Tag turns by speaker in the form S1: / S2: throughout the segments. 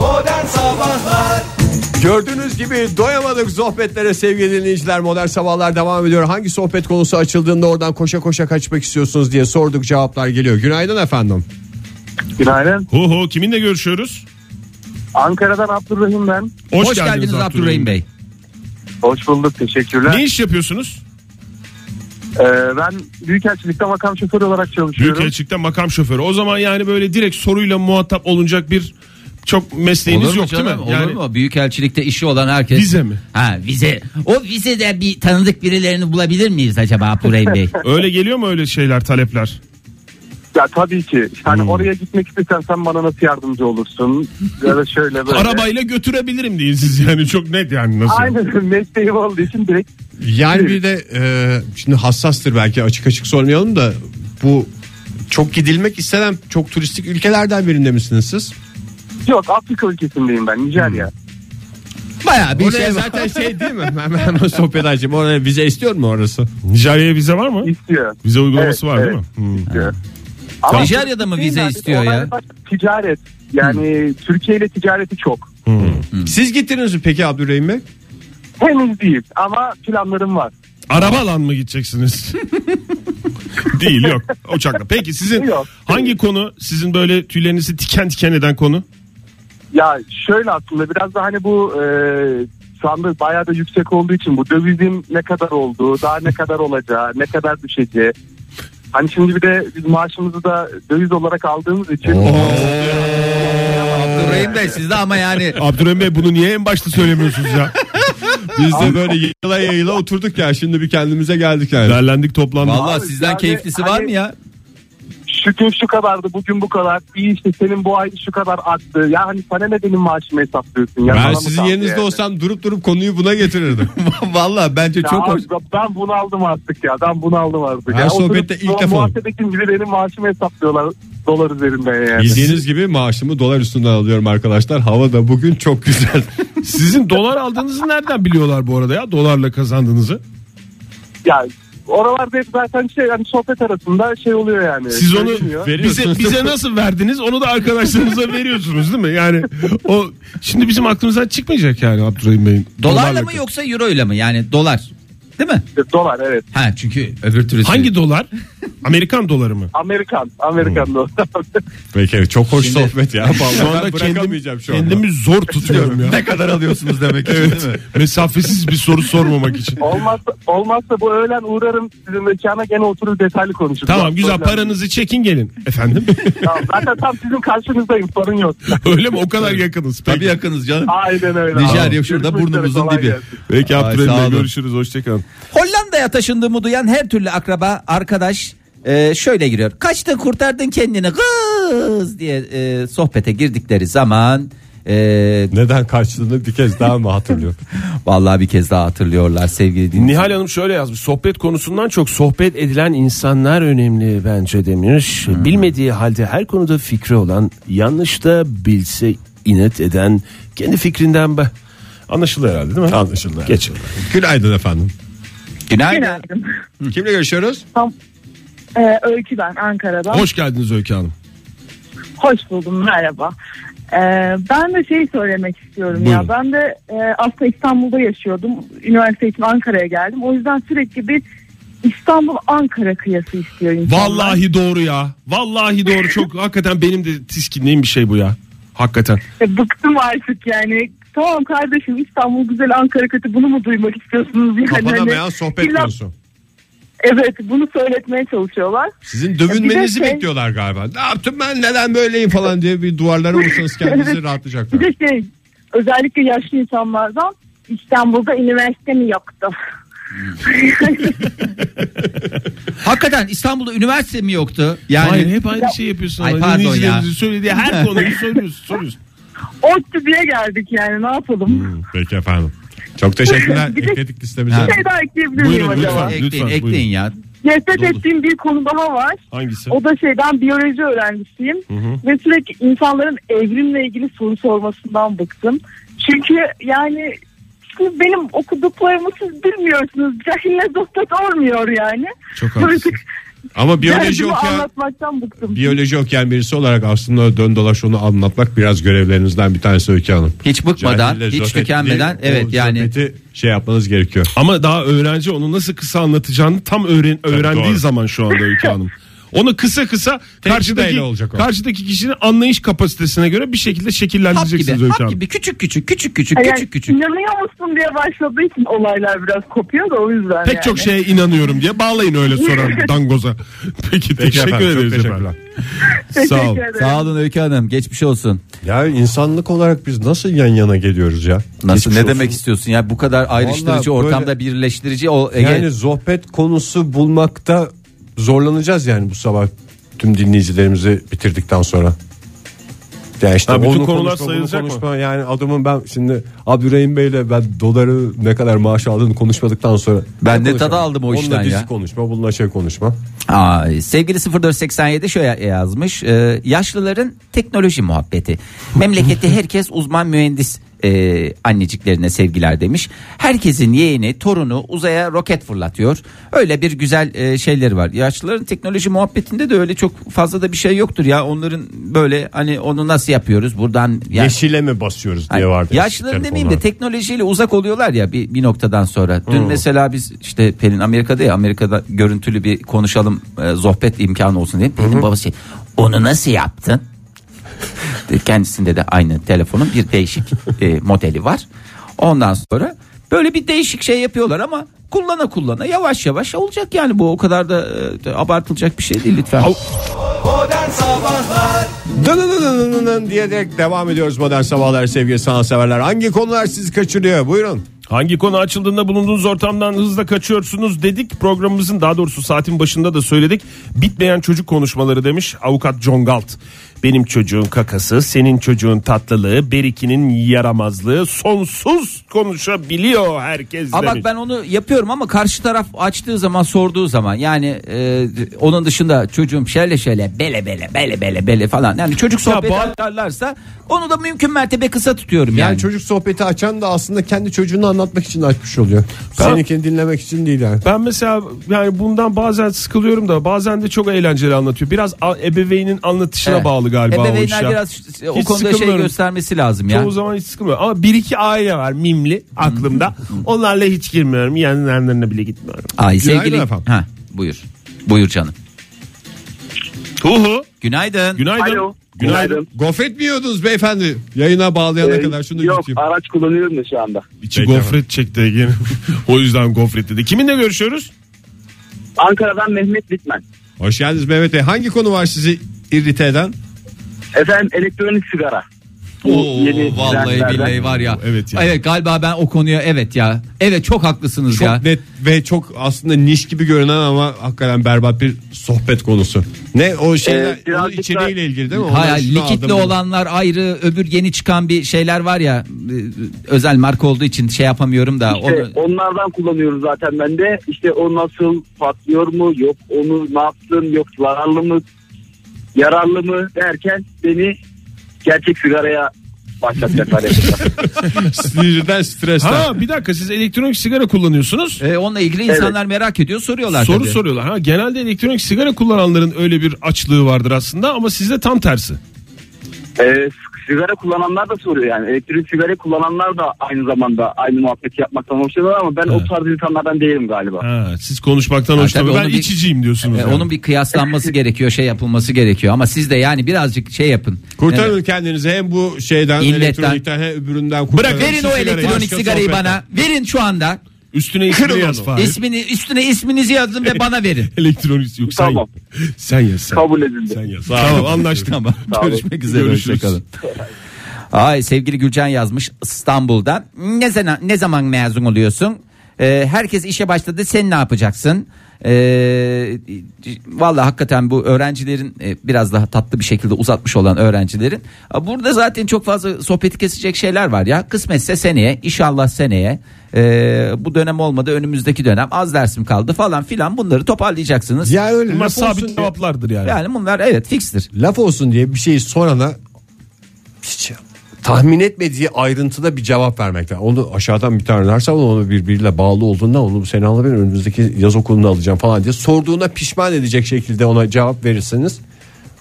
S1: Modern Sabahlar
S2: Gördüğünüz gibi doyamadık sohbetlere sevgili dinleyiciler. Modern Sabahlar devam ediyor. Hangi sohbet konusu açıldığında oradan koşa koşa kaçmak istiyorsunuz diye sorduk cevaplar geliyor. Günaydın efendim.
S3: Günaydın.
S4: Hu hu kiminle görüşüyoruz?
S3: Ankara'dan Abdurrahim ben.
S4: Hoş,
S5: Bey.
S3: Hoş bulduk teşekkürler.
S4: Ne iş yapıyorsunuz?
S3: Ee, ben Büyükelçilik'te makam şoförü olarak çalışıyorum.
S4: Büyükelçilikte makam şoförü. O zaman yani böyle direkt soruyla muhatap olunacak bir çok mesleğiniz
S5: Olur mu
S4: yok değil
S5: canım?
S4: mi?
S5: Olur
S4: yani
S5: mu? Büyükelçilikte işi olan herkes.
S4: Vize mi?
S5: Ha vize. O vizede bir tanıdık birilerini bulabilir miyiz acaba Abdurrahim Bey?
S4: öyle geliyor mu öyle şeyler talepler?
S3: Ya tabii ki. Yani
S5: Hmm.
S3: oraya gitmek istesen sen bana nasıl yardımcı olursun? Ya da şöyle böyle.
S4: Arabayla götürebilirim deyin siz yani çok net yani nasıl?
S3: Aynen mesleğim olduğu için direkt
S2: Yani bir de e, şimdi hassastır belki açık açık sormayalım da bu çok gidilmek istenen çok turistik ülkelerden birinde misiniz siz?
S3: yok Afrika ülkesindeyim ben Nijerya.
S5: Hmm.
S2: Baya bir
S5: Oraya
S2: şey zaten şey değil mi? Hemen hemen sohbet açayım. Oraya vize istiyor mu orası?
S4: Nijerya'ya vize var mı?
S3: İstiyor.
S4: Vize uygulaması
S3: Evet,
S4: var
S3: evet.
S4: değil mi? Hmm.
S3: istiyor. Ama
S5: Nijerya'da mı vize
S3: Yani
S5: istiyor
S3: olay
S5: ya? Hmm.
S3: bak, Ticaret. Yani Türkiye ile ticareti çok.
S2: Siz gittiniz mi peki Abdurrahim Bey?
S3: Henüz değil ama planlarım var.
S4: Arabalan mı gideceksiniz? Değil yok uçakla. Peki sizin
S3: Yok.
S4: hangi konu sizin böyle tüylerinizi tiken tiken eden konu?
S3: Ya şöyle aslında biraz da hani bu e, şu anda bayağı da yüksek olduğu için bu dövizin ne kadar olduğu, daha ne kadar olacağı, ne kadar düşeceği. Hani şimdi bir de biz maaşımızı da döviz olarak aldığımız için
S5: Abdurrahim Bey sizde ama yani
S4: Abdurrahim Bey bunu niye en başta söylemiyorsunuz ya?
S2: Biz de böyle yayıla yayıla oturduk ya şimdi bir kendimize geldik yani.
S4: Derlendik toplandık.
S5: Vallahi
S3: Abi,
S5: sizden
S3: yani
S5: keyiflisi
S3: hani-
S5: var mı ya?
S3: şu gün şu kadardı, bugün bu kadar. İyi işte senin bu ay şu kadar arttı. Ya hani sana ne benim maaşımı hesaplıyorsun? Ya
S2: Ben
S3: sana mı
S2: sizin
S3: kaldı
S2: yerinizde
S3: yani?
S2: olsam durup durup konuyu buna getirirdim.
S5: Vallahi bence
S3: Ya
S5: çok
S3: abi,
S5: hoş.
S3: Ben bunu aldım artık ya. Ben bunu aldım artık.
S2: Her
S3: ya.
S2: sohbette ilk defa.
S3: Muhasebekin gibi benim maaşımı hesaplıyorlar dolar üzerinden yani.
S2: Bildiğiniz gibi maaşımı dolar üstünden alıyorum arkadaşlar. Hava da bugün çok güzel.
S4: Sizin dolar aldığınızı nereden biliyorlar bu arada ya? Dolarla kazandığınızı.
S3: Ya oralarda hep zaten şey yani sohbet arasında şey oluyor yani.
S4: Siz onu
S3: Görünüyor.
S4: bize, bize nasıl verdiniz onu da arkadaşlarınıza veriyorsunuz değil mi? Yani o şimdi bizim aklımızdan çıkmayacak yani Abdurrahim Bey'in.
S5: Dolarla mı yoksa euro ile mi? Yani dolar. Değil mi?
S3: dolar evet.
S5: Ha çünkü öbür türlü.
S4: Hangi dolar? Amerikan doları mı?
S3: Amerikan, Amerikan dolar.
S2: Peki E, çok hoş sohbet ya.
S4: Şu anda
S2: ben bırakamayacağım
S4: kendim,
S2: şu anda.
S4: kendimi zor tutuyorum ya.
S5: ne kadar alıyorsunuz demek için
S4: Evet. Mesafesiz bir soru sormamak için.
S3: olmazsa olmazsa bu öğlen uğrarım sizin mekana gene oturur detaylı konuşuruz.
S4: Tamam
S3: Bak,
S4: güzel
S3: problem.
S4: paranızı çekin gelin. Efendim?
S3: Tamam, zaten tam sizin karşınızdayım sorun yok.
S4: Öyle mi? O kadar yakınız. Peki.
S5: Tabii yakınız canım.
S3: Aynen öyle.
S5: Nijerya
S3: Tamam.
S5: şurada
S3: Görüşmek üzere,
S5: burnumuzun
S3: kolay
S5: dibi.
S3: gelsin.
S4: Peki
S5: Ay,
S4: Abdurrahim
S5: sağ
S4: Bey
S5: olun.
S4: görüşürüz. Hoşçakalın.
S5: Hollanda'ya taşındığımı duyan her türlü akraba, arkadaş e, şöyle giriyor. Kaçtın kurtardın kendini kız diye e, sohbete girdikleri zaman e,
S2: Neden kaçtığını bir kez daha mı hatırlıyorum?
S5: vallahi bir kez daha hatırlıyorlar sevgili dinleyiciler.
S6: Nihal Hanım şöyle yazmış. Sohbet konusundan çok sohbet edilen insanlar önemli bence demiş.
S2: Hmm.
S6: Bilmediği halde her konuda fikri olan, yanlış da bilse inat eden, kendi fikrinden be.
S4: Anlaşıldı herhalde değil mi?
S2: Anlaşıldı.
S4: Geç.
S2: Günaydın efendim.
S5: Günaydın.
S7: Günaydın.
S2: Kimle görüşüyoruz?
S7: Ee, Öykü ben Ankara'dan.
S4: Hoş geldiniz Öykü Hanım.
S7: Hoş buldum merhaba. Ee, ben de şey söylemek istiyorum
S4: Buyurun.
S7: ya. Ben de e, aslında İstanbul'da yaşıyordum. Üniversite için Ankara'ya geldim. O yüzden sürekli bir İstanbul Ankara kıyası istiyor insanlar.
S4: Vallahi doğru ya. Vallahi doğru. Çok hakikaten benim de tiskinliğim bir şey bu ya. Hakikaten.
S7: E, bıktım artık yani. Tamam kardeşim İstanbul güzel Ankara kötü bunu mu duymak istiyorsunuz? Yani
S2: Kapanamayan
S7: hani
S2: sohbet
S7: illa-
S2: konusu.
S7: Evet bunu söyletmeye çalışıyorlar.
S2: Sizin dövünmenizi
S7: Bir de şey-
S2: bekliyorlar galiba. Ne yaptım ben neden böyleyim falan diye bir duvarlara vursanız kendinizi rahatlayacaklar.
S7: Bir de şey özellikle yaşlı insanlardan İstanbul'da üniversite mi yoktu?
S4: Hmm.
S5: Hakikaten İstanbul'da üniversite mi yoktu? Yani
S4: Hayır hep aynı şey yapıyorsun.
S5: Ay,
S4: Ay,
S5: pardon ya.
S4: Söylediği her konuyu soruyorsun. soruyorsun.
S7: Ottu diye geldik yani ne yapalım?
S2: Peki efendim. Çok teşekkürler.
S7: Bir de-
S2: Ekledik listemize.
S7: Bir şey daha ekleyebilir miyim
S4: Hmm. Buyurun,
S7: acaba?
S4: lütfen,
S5: ekleyin, ekleyin
S4: buyurun.
S5: ya.
S7: Nefret ettiğim bir konu daha var.
S4: Hangisi?
S7: O da şey ben biyoloji öğrencisiyim ve sürekli insanların evrimle ilgili soru sormasından bıktım. Çünkü yani siz benim okuduklarımı siz bilmiyorsunuz. Cahille dosta olmuyor yani.
S4: Çok haklısın.
S7: Artık
S2: Ama biyoloji
S7: Derdimi
S2: okuyan
S7: anlatmaktan bıktım.
S2: biyoloji okuyan birisi olarak aslında dön dolaş onu anlatmak biraz görevlerinizden bir tanesi Öykü Hanım.
S5: Hiç bıkmadan,
S2: Cahille
S5: hiç
S2: zohbet
S5: tükenmeden
S2: değil,
S5: evet
S2: o
S5: yani
S2: zohbeti şey yapmanız gerekiyor.
S4: Ama daha öğrenci onu nasıl kısa anlatacağını tam öğren öğrendiği
S2: doğru.
S4: zaman şu anda Öykü Hanım. Onu kısa kısa karşıdaki
S2: ile olacak o.
S4: karşıdaki kişinin anlayış kapasitesine göre bir şekilde
S5: hap gibi,
S4: şekillendireceksiniz Öykü
S5: hap
S4: Hanım.
S5: gibi küçük küçük küçük küçük
S7: Yani
S5: küçük küçük.
S7: İnanıyor musun diye başladığı için olaylar biraz kopuyor da o yüzden
S4: Pek
S7: yani.
S4: çok şeye inanıyorum diye bağlayın öyle soran dangoza. Peki, teşekkür
S2: efendim, çok
S4: ederiz
S2: teşekkürler.
S4: efendim.
S7: Teşekkür
S4: Sağ ol.
S7: ederim.
S5: Sağ olun Öykü Hanım geçmiş olsun.
S2: Ya insanlık olarak biz nasıl yan yana geliyoruz ya?
S5: Nasıl
S2: Geçmiş
S5: ne
S2: olsun.
S5: demek istiyorsun ya bu kadar ayrıştırıcı
S2: Vallahi böyle-
S5: ortamda birleştirici o Ege.
S2: Yani sohbet konusu bulmakta zorlanacağız yani bu sabah tüm dinleyicilerimizi bitirdikten sonra. Ya işte
S4: Ha, bütün
S2: onu
S4: konular
S2: bunu
S4: sayılacak mı?
S2: konuşma. Yani adamın ben şimdi Abdurrahim Bey'le ben doları ne kadar maaş aldığını konuşmadıktan sonra.
S5: Ben
S2: ne
S5: de
S2: konuşacağım?
S5: tadı aldım o
S2: Onunla
S5: işten
S2: dizi
S5: ya.
S2: konuşma bununla şey konuşma.
S5: Ay, sevgili 0487 şöyle yazmış. e, yaşlıların teknoloji muhabbeti. Memlekette herkes uzman mühendis e, anneciklerine sevgiler demiş. Herkesin yeğeni, torunu uzaya roket fırlatıyor. Öyle bir güzel e, şeyleri var. Yaşlıların teknoloji muhabbetinde de öyle çok fazla da bir şey yoktur ya. Onların böyle hani onu nasıl yapıyoruz buradan yani-
S2: Yeşile mi basıyoruz diye vardı. Hmm.
S5: Yaşlıların demeyeyim de
S2: telefonlarda.
S5: teknolojiyle uzak oluyorlar ya bir, bir noktadan sonra. Dün mesela biz işte Pelin Amerika'da ya Amerika'da görüntülü bir konuşalım e, sohbet imkanı olsun diye. Pelin babası şey, onu nasıl yaptın? De- Kendisinde de aynı telefonun bir değişik e, modeli var. Ondan sonra böyle bir değişik şey yapıyorlar ama kullana kullana yavaş yavaş olacak yani bu o kadar da e, abartılacak bir şey değil lütfen.
S2: Dınınınınının diyerek devam ediyoruz modern sabahlar sevgili sanatseverler. Hangi konular sizi kaçırıyor? Buyurun.
S4: Hangi konu açıldığında bulunduğunuz ortamdan hızla kaçıyorsunuz dedik. Programımızın daha doğrusu saatin başında da söyledik. Bitmeyen çocuk konuşmaları demiş avukat John Galt. Benim çocuğun kakası, senin çocuğun tatlılığı, Beriki'nin yaramazlığı sonsuz konuşabiliyor herkes
S5: Ama bak
S4: demiş.
S5: ben onu yapıyorum ama karşı taraf açtığı zaman sorduğu zaman yani e, onun dışında çocuğum şöyle şöyle bele bele bele bele bele falan yani çocuk sohbeti
S4: bu-
S5: açarlarsa onu da mümkün mertebe kısa tutuyorum
S2: Yani,
S5: yani.
S2: çocuk sohbeti açan da aslında kendi çocuğunu anlatmak için açmış oluyor. Seninkini dinlemek için değil yani.
S4: Ben mesela yani bundan bazen sıkılıyorum da bazen de çok eğlenceli anlatıyor. Biraz a- ebeveynin anlatışına
S5: Evet.
S4: bağlı galiba o iş
S5: Ebeveynler
S4: ya.
S5: biraz e, o
S4: Hiç
S5: konuda şey
S4: sıkılmıyorum.
S5: göstermesi lazım ya.
S4: Çoğu zaman hiç sıkılmıyor. Ama bir iki aile var mimli aklımda. Onlarla hiç girmiyorum. Yanlarına bile gitmiyorum.
S5: Ay
S2: Günaydın
S5: sevgili.
S2: efendim.
S5: Ha, buyur. Buyur canım.
S4: Tuhu.
S5: Günaydın.
S4: Günaydın.
S3: Alo.
S4: Günaydın.
S2: Gofret mi yiyordunuz beyefendi? Yayına bağlayana
S3: Ee,
S2: kadar şunu da
S3: yok
S2: yutayım.
S3: araç kullanıyorum da şu anda.
S4: İçi gofret çekti Ege'nin. o yüzden gofret dedi. Kiminle görüşüyoruz?
S3: Ankara'dan Mehmet Bitmen.
S2: Hoş geldiniz Mehmet Bey. Hangi konu var sizi irrite eden?
S3: Efendim elektronik sigara. Bu yeni trendlerden.
S5: var ya.
S4: Evet ya.
S5: Evet galiba ben o konuya evet ya. Evet çok haklısınız
S2: Çok net ve çok aslında niş gibi görünen ama hakikaten berbat bir sohbet konusu. Ne o şeyler
S3: Ee, birazcık
S2: onun içeriğiyle
S3: da-
S2: ilgili değil mi?
S5: Hayır,
S2: Ondan şunu
S5: likitli
S2: aldım.
S5: olanlar ayrı, öbür yeni çıkan bir şeyler var ya. e, Özel marka olduğu için şey yapamıyorum da
S3: İşte
S5: onu
S3: onlardan kullanıyorum zaten ben de. İşte o nasıl patlıyor mu? Yok onu ne yaptın? Yok zararlı mı? Yararlı mı? Derken beni gerçek sigaraya başlatacaklar. Ee, yakında.
S2: Sinirden stresten.
S4: Ha bir dakika siz elektronik sigara kullanıyorsunuz.
S5: E, onunla ilgili insanlar merak ediyor, soruyorlar
S4: Soru
S5: tabii.
S4: soruyorlar. Ha genelde elektronik sigara kullananların öyle bir açlığı vardır aslında ama sizde tam tersi.
S3: Ee, sigara kullananlar da soruyor yani. Elektrik sigara kullananlar da aynı zamanda aynı muhabbeti yapmaktan hoşlanıyorlar ama ben o tarz insanlardan değilim galiba.
S4: Ha, siz konuşmaktan
S5: Ha,
S4: hoşlanıyor.
S5: tabii
S4: Ben
S5: onu bir-
S4: içiciyim diyorsunuz.
S5: E,
S4: yani.
S5: onun bir kıyaslanması gerekiyor, şey yapılması gerekiyor ama siz de yani birazcık şey yapın.
S2: Kurtarın
S5: Evet.
S2: kendinizi hem bu şeyden
S5: İlletten.
S2: elektronikten hem öbüründen kurtarın.
S5: Bırak verin
S2: Şu
S5: o
S2: sigarayı,
S5: elektronik
S2: başka
S5: sigarayı
S2: sohbetten.
S5: bana. Verin şu anda.
S4: Üstüne ismini yaz Fahir.
S5: İsmini üstüne isminizi yazın ve bana verin.
S4: Elektronik yok sen
S3: Tamam.
S4: yaz. Sen yaz sen.
S3: Kabul edildi.
S4: Sen yaz. Tamam anlaştık.
S5: Tamam.
S3: olun.
S5: Görüşmek üzere.
S4: Görüşürüz.
S5: Hoşçakalın. Ay sevgili Gülcan yazmış İstanbul'da. Ne zaman ne zaman mezun oluyorsun? Ee, herkes işe başladı. Sen ne yapacaksın? Ee, vallahi hakikaten bu öğrencilerin e, biraz daha tatlı bir şekilde uzatmış olan öğrencilerin a, burada zaten çok fazla sohbeti kesecek şeyler var ya kısmetse seneye inşallah seneye Ee, bu dönem olmadı önümüzdeki dönem az dersim kaldı falan filan bunları toparlayacaksınız
S2: Ya öyle
S4: Bunlar
S2: laf olsun,
S4: sabit cevaplardır yani.
S5: yani bunlar evet fikstir
S2: laf olsun diye bir şeyi sorana şey hiç tahmin etmediği ayrıntıda bir cevap vermekler. Onu aşağıdan bir tane derse onu birbiriyle bağlı olduğundan onu seni alabilir önümüzdeki yaz okulunu alacağım falan diye sorduğuna pişman edecek şekilde ona cevap verirseniz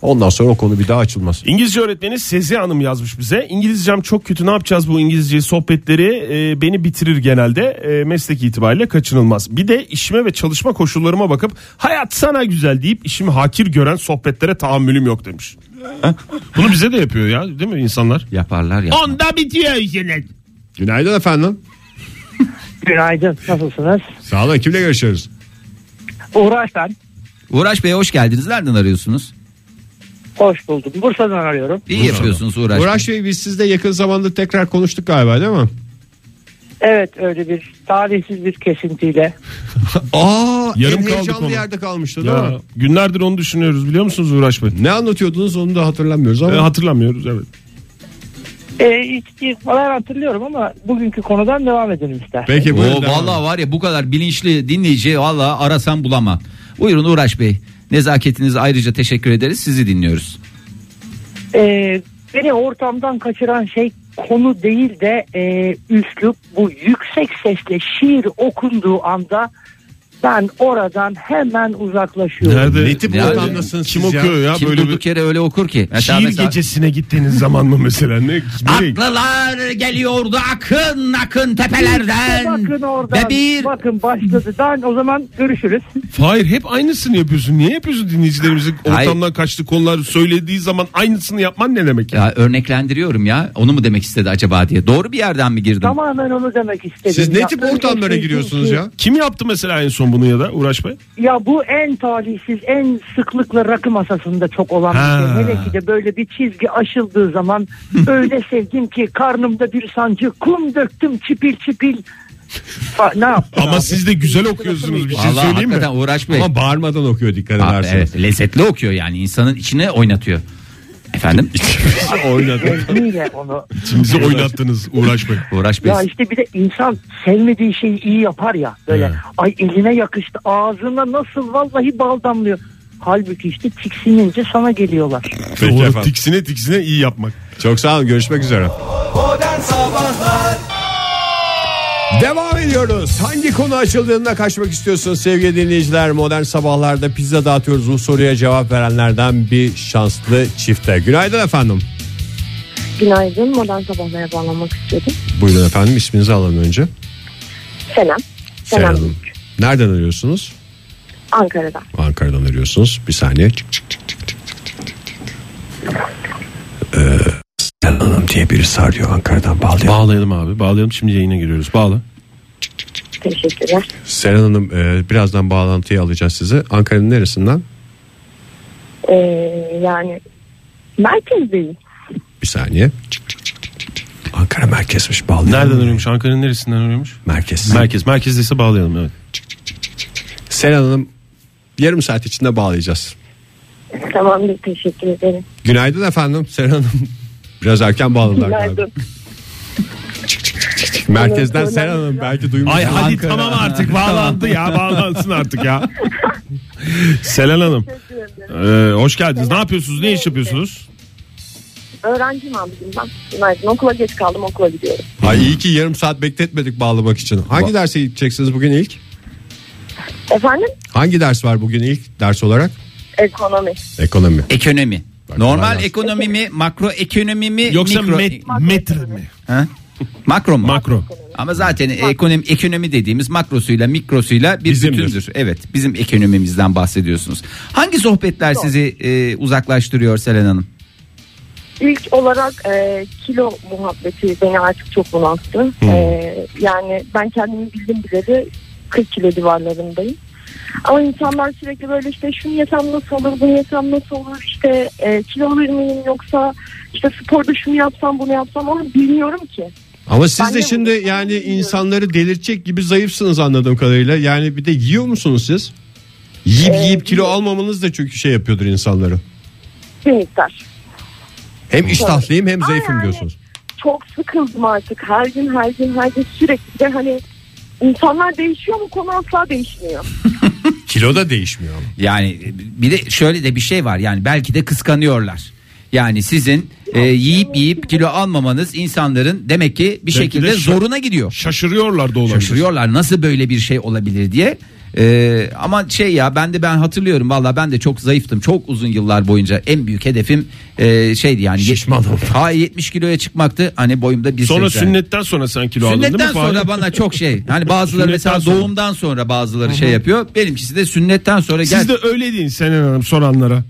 S2: ondan sonra o konu bir daha açılmaz.
S4: İngilizce öğretmeni Sezi Hanım yazmış bize. İngilizcem çok kötü ne yapacağız bu İngilizce sohbetleri e, beni bitirir genelde. E, meslek itibariyle kaçınılmaz. Bir de işime ve çalışma koşullarıma bakıp hayat sana güzel deyip işimi hakir gören sohbetlere tahammülüm yok demiş. Bunu bize de yapıyor ya değil mi insanlar?
S5: Yaparlar ya.
S4: Onda bitiyor işiniz.
S2: Günaydın efendim.
S1: Günaydın nasılsınız?
S2: Sağ olun kimle görüşüyoruz?
S1: Uğraş ben.
S5: Uğraş Bey hoş geldiniz. Nereden arıyorsunuz?
S1: Hoş buldum. Bursa'dan arıyorum.
S5: İyi yapıyorsunuz Uğraş, Bey.
S2: Uğraş Bey biz sizle yakın zamanda tekrar konuştuk galiba değil mi?
S1: Evet öyle bir talihsiz bir kesintiyle.
S2: Aa
S4: Yarım
S2: en
S4: kaldı
S2: heyecanlı
S4: konu.
S2: yerde kalmıştı değil mi?
S4: Ya, günlerdir onu düşünüyoruz biliyor musunuz Uğraş Bey?
S2: Ne anlatıyordunuz onu da hatırlamıyoruz
S4: E,
S2: ama.
S4: hatırlamıyoruz evet.
S1: E, ilk, ilk falan hatırlıyorum ama bugünkü konudan devam edelim ister.
S2: Peki buyurun.
S5: Oo, vallahi var ya bu kadar bilinçli dinleyici valla arasam bulamam. Buyurun Uğraş Bey. Nezaketinize ayrıca teşekkür ederiz. Sizi dinliyoruz.
S1: E, beni ortamdan kaçıran şey konu değil de e, üslup bu yüksek sesle şiir okunduğu anda ben oradan hemen uzaklaşıyorum.
S4: Nerede?
S2: Ne tip
S5: Yani-
S2: ortamdasınız
S4: Kim
S2: siz ya?
S4: okuyor ya
S5: Kim
S4: böyle bir
S5: durduk yere öyle okur ki? Mesela
S4: şiir
S5: mesela-
S4: gecesine gittiğiniz zaman mı mesela? Ne, nereye-
S5: Atlılar geliyordu akın akın
S1: İşte
S5: tepelerden.
S1: bakın oradan.
S5: Ve bir
S1: Bakın başladı. Ben o zaman görüşürüz.
S4: Fahir hep aynısını yapıyorsun. Niye yapıyorsun dinleyicilerimizin
S5: Hayır.
S4: ortamdan kaçtı konular söylediği zaman aynısını yapman ne demek ya?
S5: ya örneklendiriyorum ya. Onu mu demek istedi acaba diye. Doğru bir yerden mi girdim?
S1: Tamamen onu demek istedim.
S2: Siz ne
S1: Ya
S2: tip
S1: öyle
S2: ortamlara
S1: şey
S2: giriyorsunuz
S1: ki-
S2: ya?
S4: Kim yaptı mesela en son bunu ya da Uğraş Bey?
S1: Ya bu en talihsiz, en sıklıkla rakı masasında çok olan bir
S4: Ha.
S1: şey. Hele ki de böyle bir çizgi aşıldığı zaman öyle sevdim ki karnımda bir sancı, kum döktüm çipil çipil. Ha, ne yaptın
S4: Ama
S1: abi?
S4: siz de güzel okuyorsunuz bir şey
S5: Vallahi
S4: söyleyeyim mi?
S5: hakikaten Uğraş Bey.
S2: Ama bağırmadan okuyor dikkat
S5: Abi,
S2: ederseniz.
S5: evet, lezzetli okuyor yani insanın içine oynatıyor. Efendim?
S2: Oynadı.
S1: Sevgiyle onu.
S4: Bizi oynattınız Uğraş Bey.
S5: Uğraş Bey.
S1: Ya işte bir de insan sevmediği şeyi iyi yapar ya. Böyle ay eline yakıştı ağzına nasıl vallahi bal damlıyor. Halbuki işte tiksinince sana geliyorlar.
S2: Peki
S4: Doğru,
S2: efendim.
S4: tiksine tiksine iyi yapmak.
S2: Çok sağ olun görüşmek üzere. Devam ediyoruz. Hangi konu açıldığında kaçmak istiyorsunuz sevgili dinleyiciler? Modern sabahlarda pizza dağıtıyoruz. Bu soruya cevap verenlerden bir şanslı çifte. Günaydın efendim.
S8: Günaydın. Modern sabahlara bağlanmak istedim.
S2: Buyurun efendim isminizi alalım önce.
S8: Selam.
S2: Seher Hanım. Nereden arıyorsunuz?
S8: Ankara'dan.
S2: Ankara'dan arıyorsunuz. Bir saniye. Çık çık çık çık çık çık çık çık, çık. Ee, Seher Hanım diye biri sarıyor Ankara'dan bağlıyor.
S4: Bağlayalım abi bağlayalım şimdi yayına giriyoruz bağla.
S8: Teşekkürler.
S2: Seren Hanım e, birazdan bağlantıyı alacağız size. Ankara'nın neresinden?
S8: Ee, yani merkezdeyim.
S2: Bir saniye. Çık, çık, çık, çık, çık, çık. Ankara merkezmiş bağlı.
S4: Nereden arıyormuş Ankara'nın neresinden arıyormuş?
S2: Merkez.
S4: Merkez merkezdeyse bağlayalım evet.
S2: Selen Hanım yarım saat içinde bağlayacağız.
S8: Tamamdır. Teşekkür ederim.
S2: Günaydın efendim Selen Hanım. Biraz erken bağladılar galiba.
S8: Günaydın.
S2: Merkezden Selen Hanım belki duymuş.
S4: Ay hadi
S5: Ankara.
S4: tamam artık bağlandı ya bağlansın artık ya. Selen Hanım ee, hoş geldiniz ne yapıyorsunuz ne iş yapıyorsunuz?
S8: Öğrenciyim abicim ben. Günaydın. Okula geç kaldım. Okula gidiyorum.
S2: Ay iyi ki yarım saat bekletmedik bağlamak için. Hangi derse gideceksiniz bugün ilk?
S8: Efendim?
S2: Hangi ders var bugün ilk ders olarak?
S8: Ekonomi.
S2: Ekonomi.
S5: Ekonomi.
S2: Bak,
S5: Normal
S2: vallahi.
S5: ekonomi mi, makro ekonomi mi,
S4: Yoksa
S5: mikro...
S4: met, metre mi?
S5: Ha? Makro mu?
S4: Makro.
S5: Ama zaten ekonomi ekonomi dediğimiz makrosuyla mikrosuyla bir
S2: Bizimdir.
S5: bütündür. Evet, bizim ekonomimizden bahsediyorsunuz. Hangi sohbetler sizi e, uzaklaştırıyor Selen Hanım?
S8: İlk olarak e, kilo muhabbeti beni artık çok bunalttı. E, yani ben kendimi bildim bileli 40 kilo civarlarındayım. Ama insanlar sürekli böyle işte şunu yesem nasıl olur, bunu yesem nasıl olur, işte e, kilo alır mıyım yoksa işte sporda şunu yapsam bunu yapsam onu bilmiyorum ki.
S2: Ama siz
S8: Ben
S2: de
S8: de
S2: şimdi
S8: bunu-
S2: yani insanları delirtecek gibi zayıfsınız anladığım kadarıyla. Yani bir de yiyor musunuz siz? Yiyip yiyip kilo almamanız da çünkü şey yapıyordur insanları.
S8: Bir miktar.
S2: Hem iştahlıyım hem zayıfım
S8: Aynen.
S2: diyorsunuz.
S8: Çok sıkıldım artık her gün her gün her gün sürekli de hani insanlar değişiyor mu konu asla değişmiyor.
S2: Kilo da değişmiyor ama.
S5: Yani bir de şöyle de bir şey var. Yani belki de kıskanıyorlar. Yani sizin e, yiyip yiyip kilo almamanız insanların demek ki bir şekilde
S4: şa-
S5: zoruna gidiyor.
S4: Şaşırıyorlar da olabilir.
S5: Şaşırıyorlar nasıl böyle bir şey olabilir diye. Ee, ama şey ya ben de ben hatırlıyorum valla ben de çok zayıftım çok uzun yıllar boyunca en büyük hedefim e, şeydi yani
S2: Şişman olmak.
S5: Ha 70 kiloya çıkmaktı hani boyumda bir
S4: Sonra
S5: seksen.
S4: sünnetten sonra sen kilo aldın değil mi?
S5: Sünnetten
S4: Fahri?
S5: sonra bana çok şey. Hani bazıları
S4: Sünnetten
S5: mesela
S4: sonra.
S5: doğumdan sonra bazıları şey yapıyor. Benimkisi de sünnetten sonra gel.
S4: Siz de öyle deyin Senen Hanım soranlara.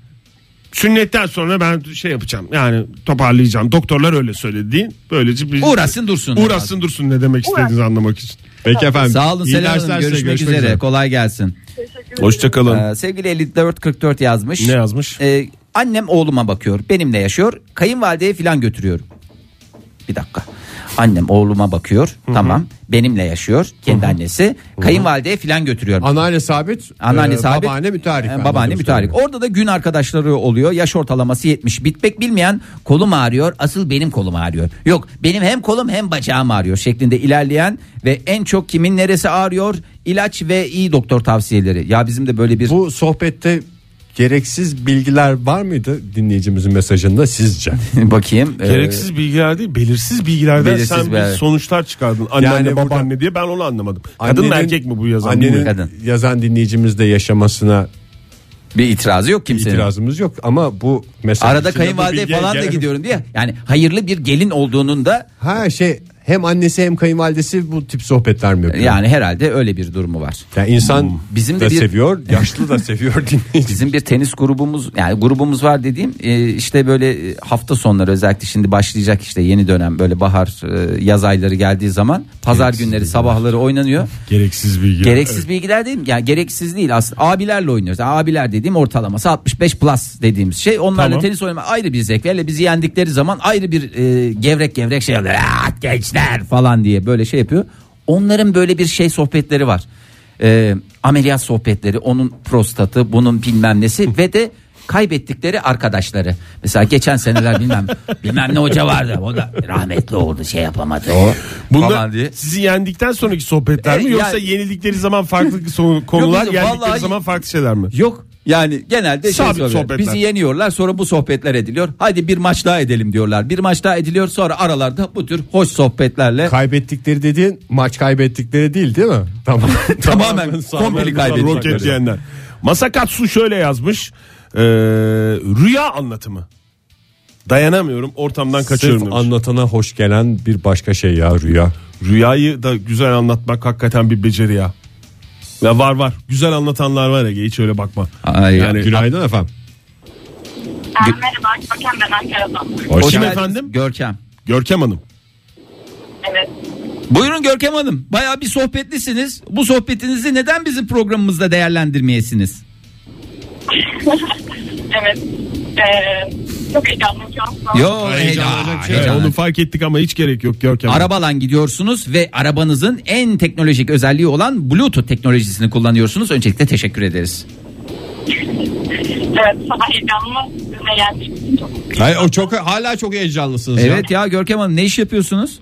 S4: Sünnetten sonra ben şey yapacağım yani toparlayacağım. Doktorlar öyle söyledi deyin. Böylece bir
S5: Uğrasın dursun.
S4: uğrasın dursun ne demek istediğinizi anlamak için.
S2: Peki efendim. şey
S5: Sağ olun
S2: iyi
S5: Selam
S2: dersler
S5: Hanım.
S4: şey
S2: size,
S5: Görüşmek, üzere. Kolay gelsin.
S4: Hoşçakalın.
S5: Ee, sevgili 5444 yazmış.
S4: Ne yazmış?
S5: Ee, annem oğluma bakıyor. Benimle yaşıyor. Kayınvalideye filan götürüyorum. Bir dakika. Annem oğluma bakıyor. Tamam. Benimle yaşıyor. Kendi annesi. Kayınvalideye filan götürüyorum.
S2: Anneanne sabit.
S5: Anneanne
S2: e,
S5: sabit.
S2: Babaanne mütarif.
S5: Ee, babaanne
S2: anladığım
S5: mütarif. Orada da gün arkadaşları oluyor. Yaş ortalaması 70. Bitmek bilmeyen kolum ağrıyor. Asıl benim kolum ağrıyor. Yok benim hem kolum hem bacağım ağrıyor şeklinde ilerleyen ve en çok kimin neresi ağrıyor? İlaç ve iyi doktor tavsiyeleri. Ya bizim de böyle bir
S2: Bu sohbette gereksiz bilgiler var mıydı dinleyicimizin mesajında sizce?
S5: bakayım. Ee,
S4: Gereksiz bilgiler değil belirsiz bilgilerden
S5: Belirsiz
S4: sen bir
S5: bilgiler.
S4: sonuçlar çıkardın. Anneanne
S2: Yani burada-
S4: babaanne diye ben onu anlamadım. Kadın mı
S2: Annenin-
S4: erkek mi bu yazan?
S2: Annenin
S4: Bilmiyorum.
S5: Kadın.
S2: yazan dinleyicimiz de yaşamasına
S5: bir itirazı yok kimsenin.
S2: itirazımız yok ama bu mesela
S5: Arada kayınvalide falan da gidiyorum diye. Yani hayırlı bir gelin olduğunun da
S2: Ha şey hem annesi hem kayınvalidesi bu tip sohbetler mi yapıyor? Yani,
S5: yani herhalde öyle bir durumu var.
S2: insan
S5: Bizim
S2: bizim de
S5: de bir-
S2: seviyor, yaşlı da seviyor dinleyici.
S5: Bizim bir tenis grubumuz yani grubumuz var dediğim e, işte böyle e, hafta sonları özellikle şimdi başlayacak işte yeni dönem böyle bahar e, yaz ayları geldiği zaman pazar günleri sabahları oynanıyor.
S4: Gereksiz bilgi.
S5: Gereksiz bilgiler değil mi? Yani gereksiz değil aslında. Abilerle oynuyoruz. Yani abiler dediğim ortalaması 65 plus dediğimiz şey. Onlarla
S4: Tamam.
S5: tenis oynama ayrı bir zevk. Hele bizi yendikleri zaman ayrı bir e, gevrek gevrek şey oluyor. "Ah, gençler falan diye böyle şey yapıyor. Onların böyle bir şey sohbetleri var. E, ameliyat sohbetleri, onun prostatı, bunun bilmem nesi ve de kaybettikleri arkadaşları. Mesela geçen seneler bilmem bilmem ne hoca vardı. O da rahmetli oldu şey yapamadı o.
S4: Bunlar
S5: falan diye.
S4: sizi yendikten sonraki sohbetler
S5: E,
S4: mi yoksa
S5: yani-
S4: yenildikleri zaman farklı son- konular
S5: bizim
S4: yendikleri
S5: vallahi-
S4: zaman farklı şeyler mi?
S5: Yok yani genelde şey
S4: Sabit
S5: soruyorlar.
S4: sohbetler.
S5: bizi yeniyorlar sonra bu sohbetler ediliyor. Hadi bir maç daha edelim diyorlar. Bir maç daha ediliyor sonra aralarda bu tür hoş sohbetlerle
S2: kaybettikleri dediğin maç kaybettikleri değil değil mi? Tamam.
S5: tamamen
S4: Roket
S5: kombili kaybediyorlar.
S4: yiyenler. Masakatsu şöyle yazmış. Ee, rüya anlatımı. Dayanamıyorum ortamdan kaçıyorum.
S2: Sırf
S4: demiş.
S2: anlatana hoş gelen bir başka şey ya rüya.
S4: Rüyayı da güzel anlatmak hakikaten bir beceri ya. Ya var var. Güzel anlatanlar var Ege hiç öyle bakma.
S5: Ay, ya.
S2: Günaydın efendim.
S9: merhaba Görkem ben Ankara'dan.
S2: Hoş
S5: Hoş
S4: Kim
S5: geldiniz,
S4: efendim?
S5: Görkem.
S4: Görkem Hanım.
S9: Evet.
S5: Buyurun Görkem Hanım. Bayağı bir sohbetlisiniz. Bu sohbetinizi neden bizim programımızda değerlendirmeyesiniz?
S9: Evet. Ee, çok heyecanlıyım şu an.
S5: Yo
S4: Heyecan
S5: heyecan-
S4: olacak şey.
S5: heyecan-
S4: Onu fark ettik ama hiç gerek yok Görkem Hanım.
S5: Arabalan gidiyorsunuz ve arabanızın en teknolojik özelliği olan Bluetooth teknolojisini kullanıyorsunuz. Öncelikle teşekkür ederiz.
S9: Evet sabah heyecanlı ve gelmiştim çok.
S2: Hayır, o çok hala çok heyecanlısınız ya.
S5: Evet ya Görkem Hanım ne iş yapıyorsunuz?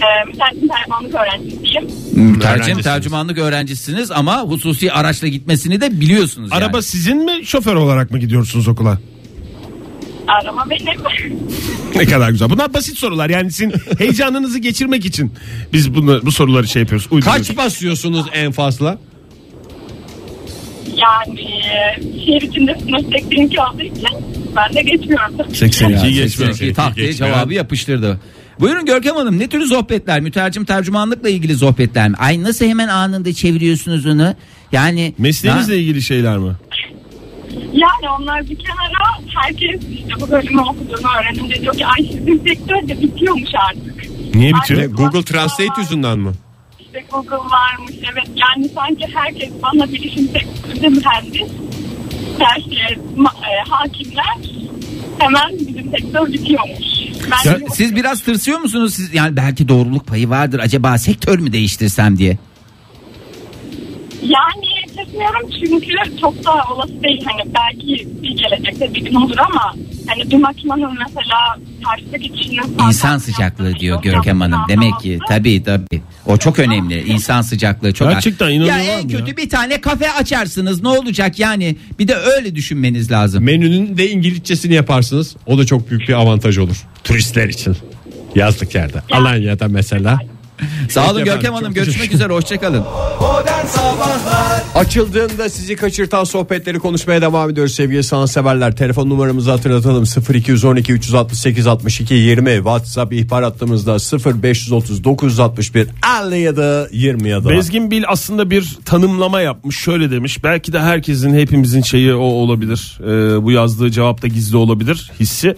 S9: Ee, bir tane termanlık öğrencisiyim.
S5: Tercüm,
S2: Öğrencisiniz.
S5: tercümanlık öğrencisiniz ama hususi araçla gitmesini de biliyorsunuz.
S4: Araba
S5: yani.
S4: sizin mi şoför olarak mı gidiyorsunuz okula?
S9: Arama benim.
S4: Ne kadar güzel. Bunlar basit sorular. Yani sizin heyecanınızı geçirmek için biz bunu, bu soruları şey yapıyoruz. uyduruyoruz.
S2: Kaç basıyorsunuz en fazla?
S9: yani e, şehir içinde sınıf tek birinci olduğu için ben de geçmiyorum.
S4: 82'yi
S5: Ya,
S4: geçmiyor.
S5: 82 tak diye cevabı yapıştırdı. Buyurun Görkem Hanım ne türlü sohbetler? Mütercim tercümanlıkla ilgili sohbetler mi? Ay nasıl hemen anında çeviriyorsunuz onu? Yani
S4: Mesleğinizle ilgili şeyler mi?
S9: Yani onlar bir kenara herkes işte bu bölümü okuduğunu öğrenince diyor ki ay sizin sektör de bitiyormuş artık.
S4: Niye
S9: bitiyor?
S2: Ne,
S4: bitiyor?
S9: Ay,
S2: Google Translate yüzünden mi?
S9: İşte Google varmış evet yani sanki herkes bana bilişim sektöründe mühendis, her şeye ma- e, hakimler hemen bizim sektör bitiyormuş. Ben
S5: na- siz biraz tırsıyor musunuz? Siz, yani belki doğruluk payı vardır. Acaba sektör mü değiştirsem diye.
S9: Yani işte Zannetmiyorum çünkü çok da olası değil. Hani belki bir gelecekte bir gün olur ama hani dün akşamın mesela karşıdaki kişinin...
S5: İnsan sıcaklığı diyor Görkem Hanım. Demek ki tabii tabii. O çok önemli. İnsan sıcaklığı çok
S6: Gerçekten
S5: Ya
S6: inanılmaz
S5: en
S6: ya.
S5: kötü bir tane kafe açarsınız. Ne olacak yani? Bir de öyle düşünmeniz lazım.
S2: Menünün de İngilizcesini yaparsınız. O da çok büyük bir avantaj olur. Turistler için. Yazlık yerde. Alanya'da mesela.
S5: Sağ olun
S2: Peki efendim,
S5: Görkem Hanım.
S2: çok
S5: Görüşmek
S2: teşekkür-
S5: üzere. Hoşçakalın.
S2: Açıldığında sizi kaçırtan sohbetleri konuşmaya devam ediyoruz sevgili sanatseverler. Telefon numaramızı hatırlatalım 0212 368 62 20 WhatsApp ihbar hattımızda 0530 961 50 ya da 20 ya da.
S4: Bezgin Bil aslında bir tanımlama yapmış. Şöyle demiş. Belki de herkesin hepimizin şeyi o olabilir. Ee, bu yazdığı cevapta gizli olabilir hissi.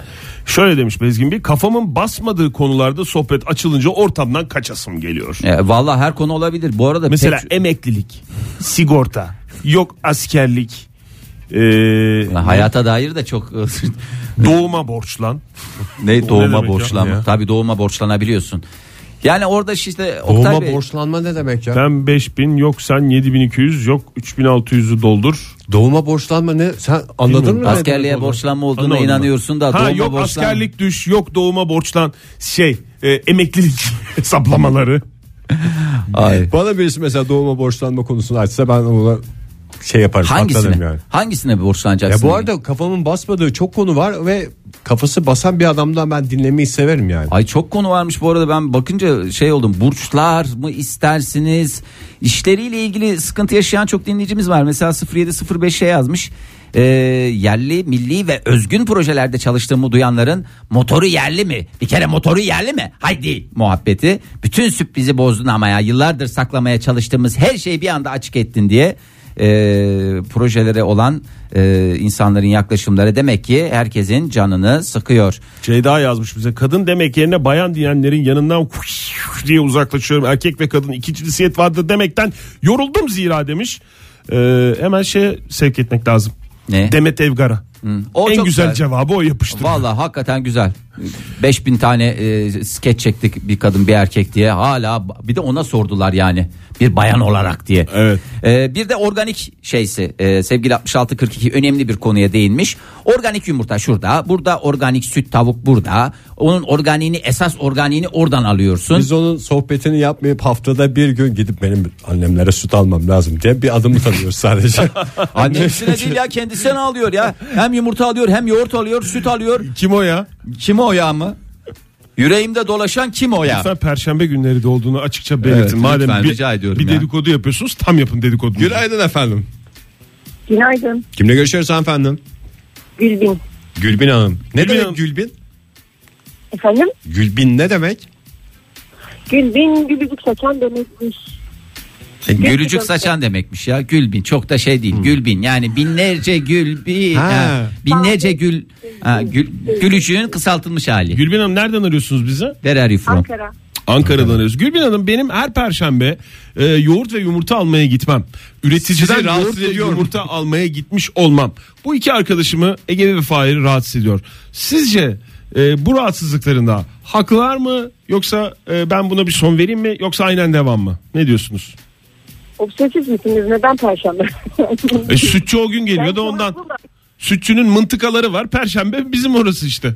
S4: Şöyle demiş Bezgin Bil. Kafamın basmadığı konularda sohbet açılınca ortamdan kaçasım geliyor.
S5: E, Valla her konu olabilir. Bu arada
S4: Mesela
S5: pek-
S4: emeklilik, sigorta, yok askerlik, ee,
S5: Lan hayata dair de çok
S4: doğuma borçlan.
S5: ne doğuma
S4: demek ya?
S5: borçlanma. Tabii doğuma borçlanabiliyorsun. Yani orada işte Oktay
S2: Doğuma
S5: Bey,
S2: borçlanma ne demek ya?
S4: Ben 5000 yok sen 7200 yok 3600'ü doldur.
S2: Doğuma borçlanma ne? Sen anladın mı?
S5: askerliğe borçlanma olduğuna
S4: Anlamadım ben.
S5: inanıyorsun da
S4: Ha
S5: doğuma
S4: yok
S5: borçlan-
S4: askerlik düş yok doğuma borçlan şey e, emeklilik hesaplamaları.
S5: Ay.
S2: Bana birisi mesela doğuma borçlanma konusunu açsa ben ona şey yaparım.
S5: Hangisine?
S2: atlarım yani.
S5: Hangisine borçlanacaksın?
S2: Ya bu arada kafamın basmadığı çok konu var ve kafası basan bir adamdan ben dinlemeyi severim yani.
S5: Ay çok konu varmış bu arada ben bakınca şey oldum burçlar mı istersiniz işleriyle ilgili sıkıntı yaşayan çok dinleyicimiz var mesela 0705 şey yazmış Ee, yerli milli ve özgün projelerde çalıştığımı duyanların motoru yerli mi bir kere motoru yerli mi haydi muhabbeti bütün sürprizi bozdun ama ya yıllardır saklamaya çalıştığımız her şeyi bir anda açık ettin diye e, projelere olan e, insanların yaklaşımları demek ki herkesin canını sıkıyor.
S4: Ceyda yazmış bize kadın demek yerine bayan diyenlerin yanından diye uzaklaşıyorum. Erkek ve kadın iki cinsiyet vardır demekten yoruldum zira demiş. Ee, hemen şeye sevk etmek lazım.
S5: Ne?
S4: Demet Evgar'a.
S5: O
S4: en
S5: çok
S4: güzel
S5: güzel.
S4: cevabı o yapıştırdı.
S5: Vallahi hakikaten güzel. 5000 tane e, skeç çektik bir kadın bir erkek diye. Hala bir de ona sordular yani bir bayan olarak diye.
S4: Evet.
S5: E, bir de organik şeysi e, sevgili 6642 önemli bir konuya değinmiş. Organik yumurta şurada, burada organik süt tavuk burada. Onun organiğini esas organiğini oradan alıyorsun.
S2: Biz onun sohbetini yapmayıp haftada bir gün gidip benim annemlere süt almam lazım diye bir adımı tanıyoruz sadece.
S5: Annesine değil ya kendisine alıyor ya. Hem yumurta alıyor hem yoğurt alıyor süt alıyor.
S4: Kim o ya?
S5: Kim o ya mı? Yüreğimde dolaşan kim o ya?
S4: Lütfen perşembe günleri de olduğunu açıkça belirtin.
S5: Evet,
S4: Madem
S5: lütfen,
S4: bir,
S5: rica ediyorum
S4: bir
S5: ya.
S4: dedikodu yapıyorsunuz tam yapın dedikodunuzu.
S2: Günaydın efendim.
S8: Günaydın
S2: Kimle görüşüyoruz hanımefendim?
S8: Gülbin.
S2: Gülbin Hanım. Ne
S4: Gülbin
S2: demek
S4: Hanım.
S2: Gülbin?
S8: Efendim?
S2: Gülbin ne demek?
S8: Gülbin gülücük saçan demekmiş.
S5: E, Gülücük saçan demekmiş ya gülbin çok da şey değil gülbin yani binlerce gülbin
S2: Ha.
S5: ha, binlerce gül, ha, gül gülücüğün kısaltılmış hali.
S4: Gülbin Hanım nereden arıyorsunuz bizi?
S5: Where are you from?
S8: Ankara.
S4: Ankara'dan arıyoruz. Gülbin Hanım benim her perşembe e, yoğurt ve yumurta almaya gitmem. Üreticiden
S2: Sizi rahatsız
S4: yoğurt ve
S2: ediyor mu?
S4: yumurta almaya gitmiş olmam. Bu iki arkadaşımı Ege ve Fahir'i rahatsız ediyor. Sizce e, bu rahatsızlıklarında haklılar mı yoksa e, ben buna bir son vereyim mi yoksa aynen devam mı? Ne diyorsunuz?
S8: Obsesif misiniz? Neden perşembe?
S4: E, sütçü o gün geliyor da ondan. Sütçünün mıntıkaları var. Perşembe bizim orası işte.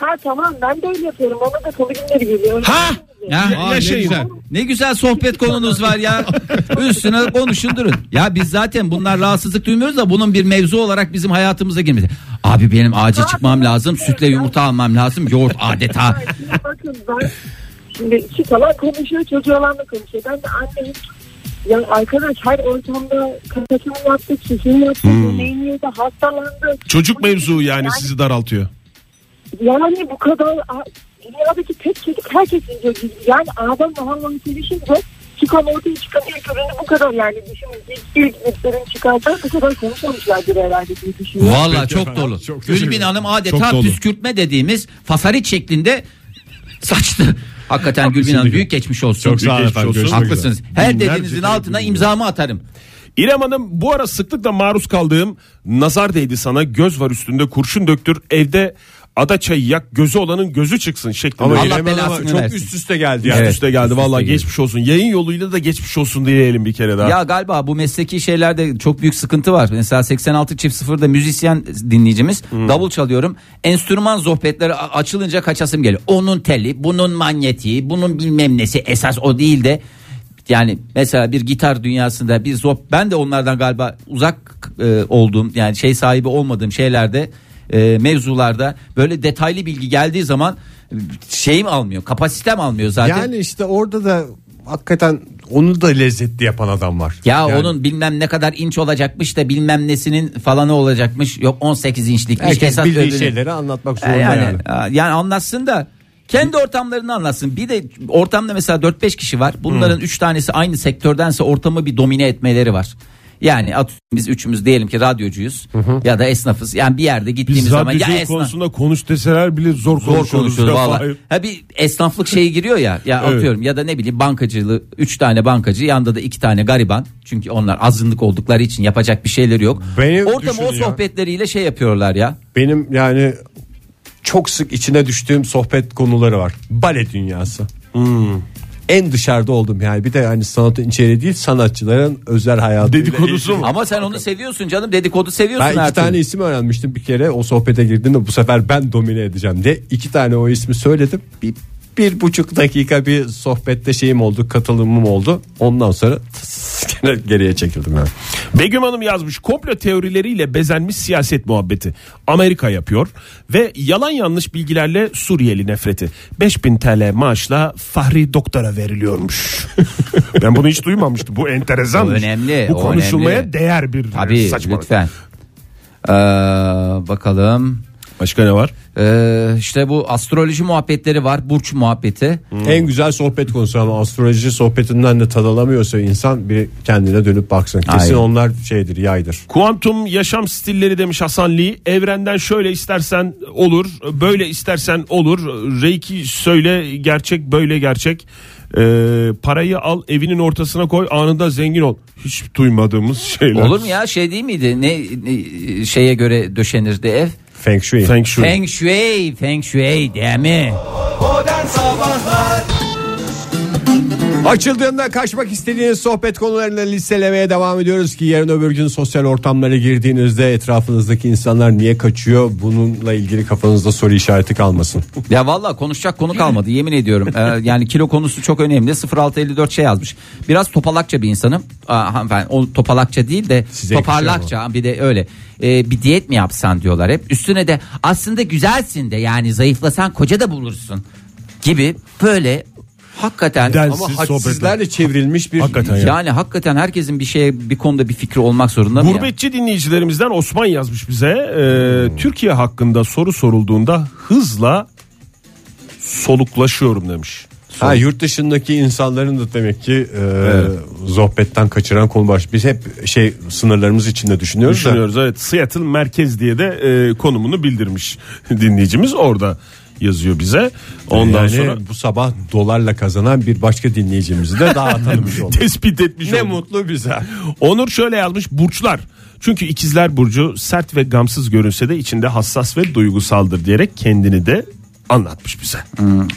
S8: Ha tamam ben de öyle yapıyorum. Ona da salı günleri geliyorum.
S4: Ha!
S5: Ya,
S4: Ya-
S5: aa, ne,
S4: yaşayın.
S5: güzel. ne güzel sohbet konunuz var ya. Üstüne konuşun durun. Ya biz zaten bunlar rahatsızlık duymuyoruz da bunun bir mevzu olarak bizim hayatımıza girmedi. Abi benim acil çıkmam lazım. Sütle yumurta almam lazım. Yoğurt adeta.
S8: Şimdi bakın ben şimdi iki falan konuşuyor çocuğu olanla konuşuyor. Ben de annem ya arkadaş her ortamda kakasını yaptık, sesini yaptık, hmm. yedi, hastalandı.
S4: Çocuk mevzu yani sizi daraltıyor.
S8: Yani bu kadar a- dünyadaki tek çocuk herkesin çocuğu. Yani Adem ve Havva'nı sevişince çıkan ortaya çıkan ilk ürünü bu kadar yani düşünün. İlk, ilk ürün çıkartan bu kadar konuşmamışlardır herhalde diye düşünüyorum.
S5: Valla
S2: Peki
S5: çok
S2: efendim.
S5: dolu.
S2: Çok teşekkür
S5: Gülbin
S2: ederim.
S5: Hanım
S2: Çok
S5: adeta
S2: dolu.
S5: püskürtme dediğimiz fasarit şeklinde saçtı. Hakikaten Gülbin Hanım büyük geçmiş olsun.
S2: Çok sağ olun
S5: Büyük
S2: efendim,
S5: geçmiş olsun.
S2: görüşmek
S5: Haklısınız. Her dediğinizin altına imzamı atarım.
S4: İrem Hanım bu ara sıklıkla maruz kaldığım nazar değdi sana göz var üstünde kurşun döktür evde ada çayı yak gözü olanın gözü çıksın şeklinde.
S2: Ama
S5: Allah
S2: İrem Hanım'a
S5: belasını
S2: çok
S5: versin.
S2: üst üste geldi yani.
S4: Yani
S5: Evet.
S4: üste geldi
S5: üst
S4: vallahi
S5: üste geldi.
S4: geçmiş olsun. Yayın yoluyla da geçmiş olsun diyelim bir kere daha.
S5: Ya galiba bu mesleki şeylerde çok büyük sıkıntı var. Mesela 86 çift sıfırda müzisyen dinleyicimiz davul çalıyorum. Enstrüman sohbetleri a- açılınca kaçasım geliyor. Onun teli, bunun manyetiği, bunun bilmem nesi esas o değil de yani mesela bir gitar dünyasında bir zop ben de onlardan galiba uzak e, olduğum yani şey sahibi olmadığım şeylerde e, mevzularda böyle detaylı bilgi geldiği zaman e, şeyim almıyor kapasitem almıyor zaten.
S2: Yani işte orada da hakikaten onu da lezzetli yapan adam var.
S5: Ya
S2: Yani
S5: onun bilmem ne kadar inç olacakmış da bilmem nesinin falanı olacakmış. Yok 18 inçlikmiş.
S2: herkes
S5: esas
S2: bildiği
S5: öbürü-
S2: şeyleri anlatmak zorunda
S5: E, Yani,
S2: yani.
S5: yani. anlatsın da kendi ortamlarını anlatsın. Bir de ortamda mesela 4-5 kişi var. Bunların 3 tanesi aynı sektördense ortamı bir domine etmeleri var. Yani at, biz üçümüz diyelim ki radyocuyuz ya da esnafız. Yani bir yerde gittiğimiz
S4: Biz
S5: zaman ya
S4: radyoculuk
S5: esnaf
S4: konusunda konuş deseler bile zor,
S5: zor konuşuyoruz
S4: ya.
S5: valla.
S4: Hayır.
S5: Ha bir esnaflık şeyi giriyor ya. Ya
S4: Evet.
S5: atıyorum ya da ne bileyim bankacılığı 3 tane bankacı yanında da 2 tane gariban. Çünkü onlar azınlık oldukları için yapacak bir şeyleri yok.
S2: Beni
S5: Orada o
S2: düşünün ya.
S5: sohbetleriyle şey yapıyorlar ya.
S2: Benim yani çok sık içine düştüğüm sohbet konuları var. Bale dünyası. Hmm. En dışarıda oldum yani. Bir de yani sanatın içeriği değil sanatçıların özel hayatı.
S4: Dedikodusu mu?
S5: Ama sen onu seviyorsun canım dedikodu seviyorsun
S2: Ben iki
S5: her türlü.
S2: tane isim öğrenmiştim bir kere o sohbete girdiğimde bu sefer ben domine edeceğim diye iki tane o ismi söyledim. Bir, bir buçuk dakika bir sohbette şeyim oldu katılımım oldu. Ondan sonra gene geriye çekildim yani.
S4: Begüm Hanım yazmış komplo teorileriyle bezenmiş siyaset muhabbeti. Amerika yapıyor ve yalan yanlış bilgilerle Suriyeli nefreti. 5000 TL maaşla Fahri doktora veriliyormuş. ben bunu hiç duymamıştım. Bu enteresan.
S5: O önemli,
S4: Bu
S5: o
S4: konuşulmaya
S5: önemli.
S4: değer bir
S5: Tabii
S4: saçmalık.
S5: lütfen. Ee, bakalım.
S4: Başka ne var?
S5: Ee, işte bu astroloji muhabbetleri var. Burç muhabbeti.
S4: Hmm.
S2: En güzel sohbet konusu ama astroloji sohbetinden de tad alamıyorsa insan bir kendine dönüp baksın. Kesin
S5: Aynen.
S2: onlar şeydir yaydır.
S4: Kuantum yaşam stilleri demiş Hasan Lee. Evrenden şöyle istersen olur, böyle istersen olur. Reiki söyle gerçek, böyle gerçek. Ee, parayı al evinin ortasına koy anında zengin ol. Hiç duymadığımız şeyler.
S5: Olur mu ya şey değil miydi? Ne, ne şeye göre döşenirdi ev?
S2: Feng Shui.
S4: Feng Shui.
S5: Feng Shui, Feng Shui değil mi?
S2: Açıldığında kaçmak istediğiniz sohbet konularını listelemeye devam ediyoruz ki yarın öbür gün sosyal ortamlara girdiğinizde etrafınızdaki insanlar niye kaçıyor bununla ilgili kafanızda soru işareti kalmasın.
S5: Ya valla konuşacak konu kalmadı yemin ediyorum. Ee, yani kilo konusu çok önemli. 0654 şey yazmış. Biraz topalakça bir insanım. Aa, hanımefendi o topalakça değil de
S2: Size
S5: toparlakça bir de öyle. Ee, bir diyet mi yapsan diyorlar hep. Üstüne de aslında güzelsin de yani zayıflasan koca da bulursun gibi böyle hakikaten
S4: Densiz
S2: Ama
S4: sohbetler.
S2: hadsizlerle çevrilmiş bir
S4: Hakikaten ya.
S5: yani hakikaten herkesin bir şeye bir konuda bir fikri olmak zorunda mı? ya?
S4: Gurbetçi dinleyicilerimizden Osman yazmış bize. Ee, Türkiye hakkında soru sorulduğunda hızla soluklaşıyorum demiş.
S2: Ha, yurt dışındaki insanların da demek ki e, sohbetten kaçıran konu baş. Biz hep şey sınırlarımız içinde düşünüyoruz, da.
S4: Düşünüyoruz evet. Seattle merkez diye de e, konumunu bildirmiş dinleyicimiz orada yazıyor bize. Ondan
S2: yani
S4: sonra
S2: bu sabah dolarla kazanan bir başka dinleyicimizi de daha tanımış olduk.
S4: tespit etmiş.
S2: ne
S4: olduk.
S2: mutlu bize.
S4: Onur şöyle yazmış burçlar. Çünkü ikizler burcu sert ve gamsız görünse de içinde hassas ve duygusaldır diyerek kendini de anlatmış bize.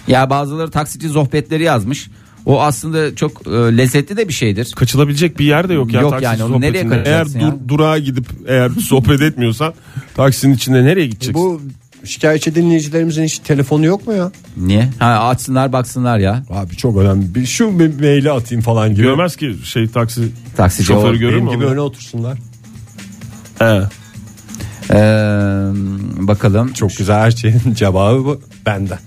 S5: Ya bazıları taksici sohbetleri yazmış. O aslında çok e, lezzetli de bir şeydir.
S4: Kaçılabilecek bir yer de yok ya.
S5: Yok
S4: taksi
S5: yani, onu nereye
S4: sohbetinde. Eğer
S5: kaçacaksın ya?
S4: dur- durağa gidip eğer sohbet etmiyorsan taksinin içinde nereye gideceksin?
S2: Bu şikayetçi dinleyicilerimizin hiç telefonu yok mu ya?
S5: Niye? Ha, açsınlar baksınlar ya.
S2: Abi çok önemli. Bir şu bir maili atayım falan gibi.
S4: Görmez ki şey taksi
S5: Taksici
S4: şoförü
S5: o-
S4: görür
S2: Benim
S4: mü?
S2: gibi
S4: onu?
S2: öne otursunlar.
S4: He.
S5: Ee, bakalım.
S2: Çok güzel her şeyin cevabı bu. Benden.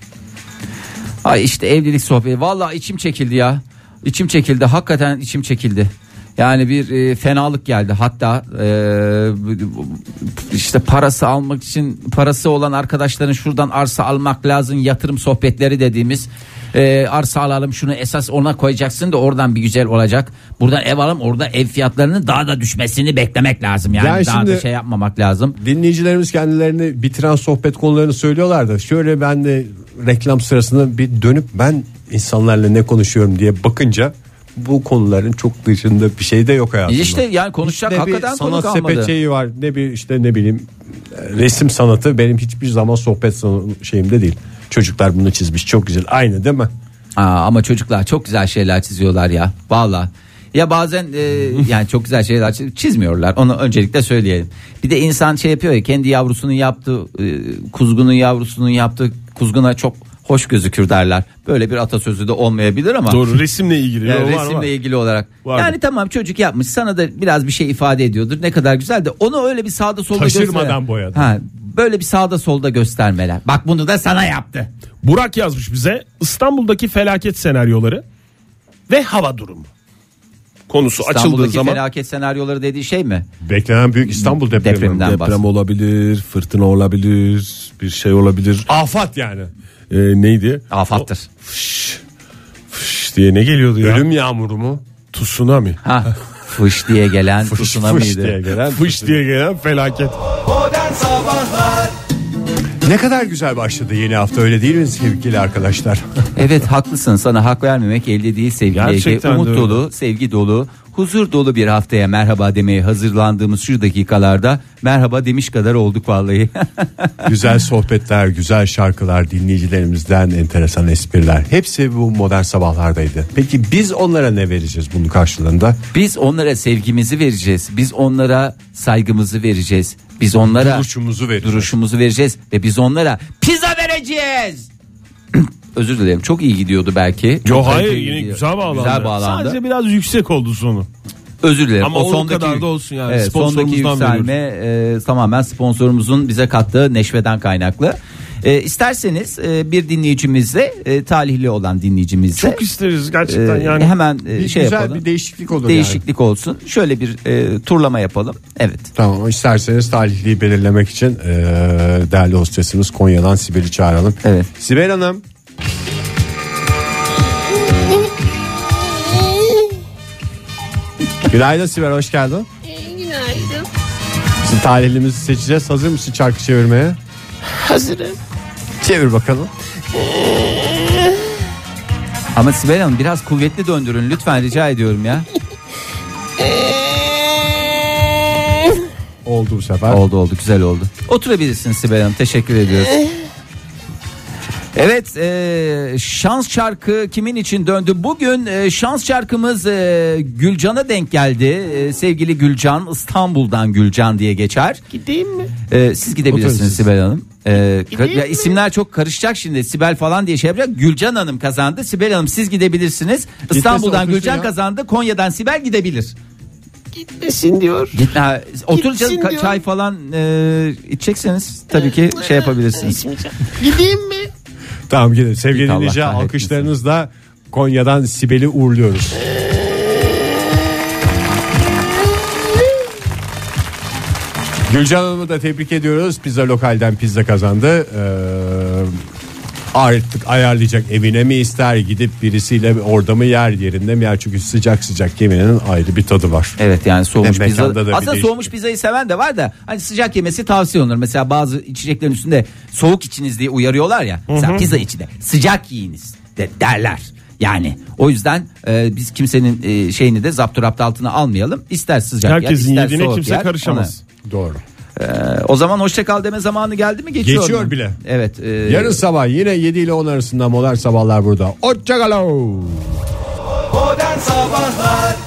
S5: Ay işte evlilik sohbeti. Vallahi içim çekildi ya. İçim çekildi. Hakikaten içim çekildi. Yani bir e, fenalık geldi. Hatta e, işte parası almak için parası olan arkadaşların şuradan arsa almak lazım. Yatırım sohbetleri dediğimiz e, arsa alalım şunu esas ona koyacaksın da oradan bir güzel olacak. Buradan ev alalım orada ev fiyatlarının daha da düşmesini beklemek lazım. Yani,
S2: Yani
S5: daha da
S2: şimdi-
S5: şey yapmamak lazım.
S2: Dinleyicilerimiz kendilerini bitiren sohbet konularını söylüyorlar da şöyle ben de reklam sırasında bir dönüp ben insanlarla ne konuşuyorum diye bakınca bu konuların çok dışında bir şey de yok hayatımda.
S5: İşte yani konuşacak
S2: ne bir
S5: hakikaten konu
S2: sanat
S5: kalmadı.
S2: sepet şeyi var ne bir işte ne bileyim e, resim sanatı benim hiçbir zaman sohbet san- şeyimde değil. Çocuklar bunu çizmiş çok güzel aynı değil mi?
S5: Aa, ama çocuklar çok güzel şeyler çiziyorlar ya. Valla. Ya bazen e, yani çok güzel şeyler çiz- çizmiyorlar. Onu öncelikle söyleyelim. Bir de insan şey yapıyor ya kendi yavrusunun yaptığı, e, kuzgunun yavrusunun yaptığı kuzguna çok hoş gözükür derler. Böyle bir atasözü de olmayabilir ama.
S4: Doğru resimle ilgili.
S5: Yani
S4: Var, var.
S5: resimle ilgili olarak.
S4: Var.
S5: Yani tamam çocuk yapmış sana da biraz bir şey ifade ediyordur. Ne kadar güzel de onu öyle bir sağda solda
S2: Taşırmadan
S5: göstermeler.
S2: boyadı.
S5: Ha, böyle bir sağda solda göstermeler. Bak bunu da sana yaptı.
S4: Burak yazmış bize İstanbul'daki felaket senaryoları ve hava durumu konusu açıldığı
S5: İstanbul'daki
S4: zaman
S5: felaket senaryoları dediği şey mi?
S2: Beklenen büyük İstanbul depremi.
S5: Depremden bahsediyor.
S6: Deprem olabilir, fırtına olabilir, bir şey olabilir.
S2: Afat yani.
S6: Ee, neydi?
S5: Afattır.
S6: Fış diye ne geliyordu ya?
S2: Ölüm yağmuru mu?
S6: Tsunami.
S5: Ha. Fış diye gelen tsunami'ydi.
S2: diye gelen.
S6: Fış diye gelen felaket.
S2: Ne kadar güzel başladı yeni hafta öyle değil mi sevgili arkadaşlar?
S5: Evet haklısın sana hak vermemek elde değil sevgili Ege.
S6: Gerçekten de
S5: Umut
S6: öyle.
S5: dolu, sevgi dolu, huzur dolu bir haftaya merhaba demeye hazırlandığımız şu dakikalarda merhaba demiş kadar olduk vallahi.
S2: güzel sohbetler, güzel şarkılar, dinleyicilerimizden enteresan espriler. Hepsi bu modern sabahlardaydı. Peki biz onlara ne vereceğiz bunun karşılığında?
S5: Biz onlara sevgimizi vereceğiz. Biz onlara saygımızı vereceğiz. Biz onlara
S2: Duruşumuzu vereceğiz.
S5: Duruşumuzu vereceğiz ve biz onlara pizza vereceğiz. Özür dilerim. Çok iyi gidiyordu belki.
S4: Yo
S5: Çok
S4: hayır
S5: iyi
S4: yine
S5: gidiyor.
S4: güzel bağlandı.
S5: Güzel bağlandı.
S4: Sadece biraz yüksek oldu sonu.
S5: Özür dilerim.
S4: Ama o kadar da olsun yani.
S5: Evet, sondaki
S4: Sponsorumuzdan
S5: yükselme e, tamamen sponsorumuzun bize kattığı neşveden kaynaklı. E, isterseniz e, bir dinleyicimizle e, talihli olan dinleyicimizle
S4: Çok isteriz
S5: e,
S4: gerçekten yani.
S5: hemen e, şey
S2: güzel
S5: yapalım.
S2: bir değişiklik olur yani.
S5: değişiklik olsun. Şöyle bir e, turlama yapalım. Evet.
S2: Tamam isterseniz talihliyi belirlemek için eee, değerli hostesimiz Konya'dan Sibel'i çağıralım.
S5: Evet.
S2: Sibel Hanım. Günaydın Sibel hoş geldin.
S10: Günaydın.
S2: Şimdi talihlimizi seçeceğiz. Hazır mısın çarkı çevirmeye?
S10: Hazırım.
S2: Çevir bakalım.
S5: Ama Sibel Hanım biraz kuvvetli döndürün lütfen rica ediyorum ya.
S2: Oldu bu sefer.
S5: oldu oldu güzel oldu. Oturabilirsin Sibel Hanım teşekkür ediyoruz. Evet e, şans şarkı kimin için döndü? Bugün e, şans şarkımız e, Gülcan'a denk geldi. E, sevgili Gülcan İstanbul'dan Gülcan diye geçer.
S10: Gideyim mi?
S5: E, siz gidebilirsiniz
S2: Oturun siz.
S5: Sibel Hanım. E, ka-
S10: Gideyim
S5: ya
S10: mi?
S5: isimler çok karışacak şimdi Sibel falan diye şey yapacak. Gülcan Hanım kazandı. Sibel Hanım siz gidebilirsiniz. İstanbul'dan
S2: otursun
S5: Gülcan
S2: ya.
S5: kazandı. Konya'dan Sibel gidebilir.
S10: Gitmesin diyor.
S5: Git, ha, otur canım,
S10: Gitsin
S5: ka-
S10: diyor.
S5: çay falan e, içecekseniz tabii ki şey yapabilirsiniz.
S10: İçmeyeceğim. Gideyim mi?
S2: Tamam gidin. Sevgili
S5: Git Allah
S2: dinleyici
S5: kahretmesin.
S2: alkışlarınızla Konya'dan Sibel'i uğurluyoruz. Gülcan Hanım'ı da tebrik ediyoruz. Pizza Lokal'den pizza kazandı. Ee, artık ayarlayacak evine mi ister gidip birisiyle orada mı yer yerinde mi yer çünkü sıcak sıcak yemeğinin ayrı bir tadı var.
S5: Evet yani soğumuş
S2: Bir de
S5: pizza.
S2: mekanda da bir
S5: Aslında
S2: değişiklik.
S5: soğumuş pizzayı seven de var da hani sıcak yemesi tavsiye olunur. Mesela bazı içeceklerin üstünde soğuk içiniz diye uyarıyorlar ya. Mesela pizza içinde sıcak yiyiniz de derler. Yani o yüzden e, biz kimsenin e, şeyini de zapturapt altına almayalım. İster sıcak
S4: Herkesin
S5: yer, ister
S4: yediğine
S5: soğuk
S4: kimse
S5: yer,
S4: karışamaz.
S2: Doğru.
S5: ona- o zaman hoşça kal deme zamanı geldi mi? Geçiyor,
S2: Geçiyor
S5: mu?
S2: bile.
S5: Evet. e,
S2: Yarın sabah yine 7 ile 10 arasında modern sabahlar burada. Hoşçakalın.
S11: Modern Sabahlar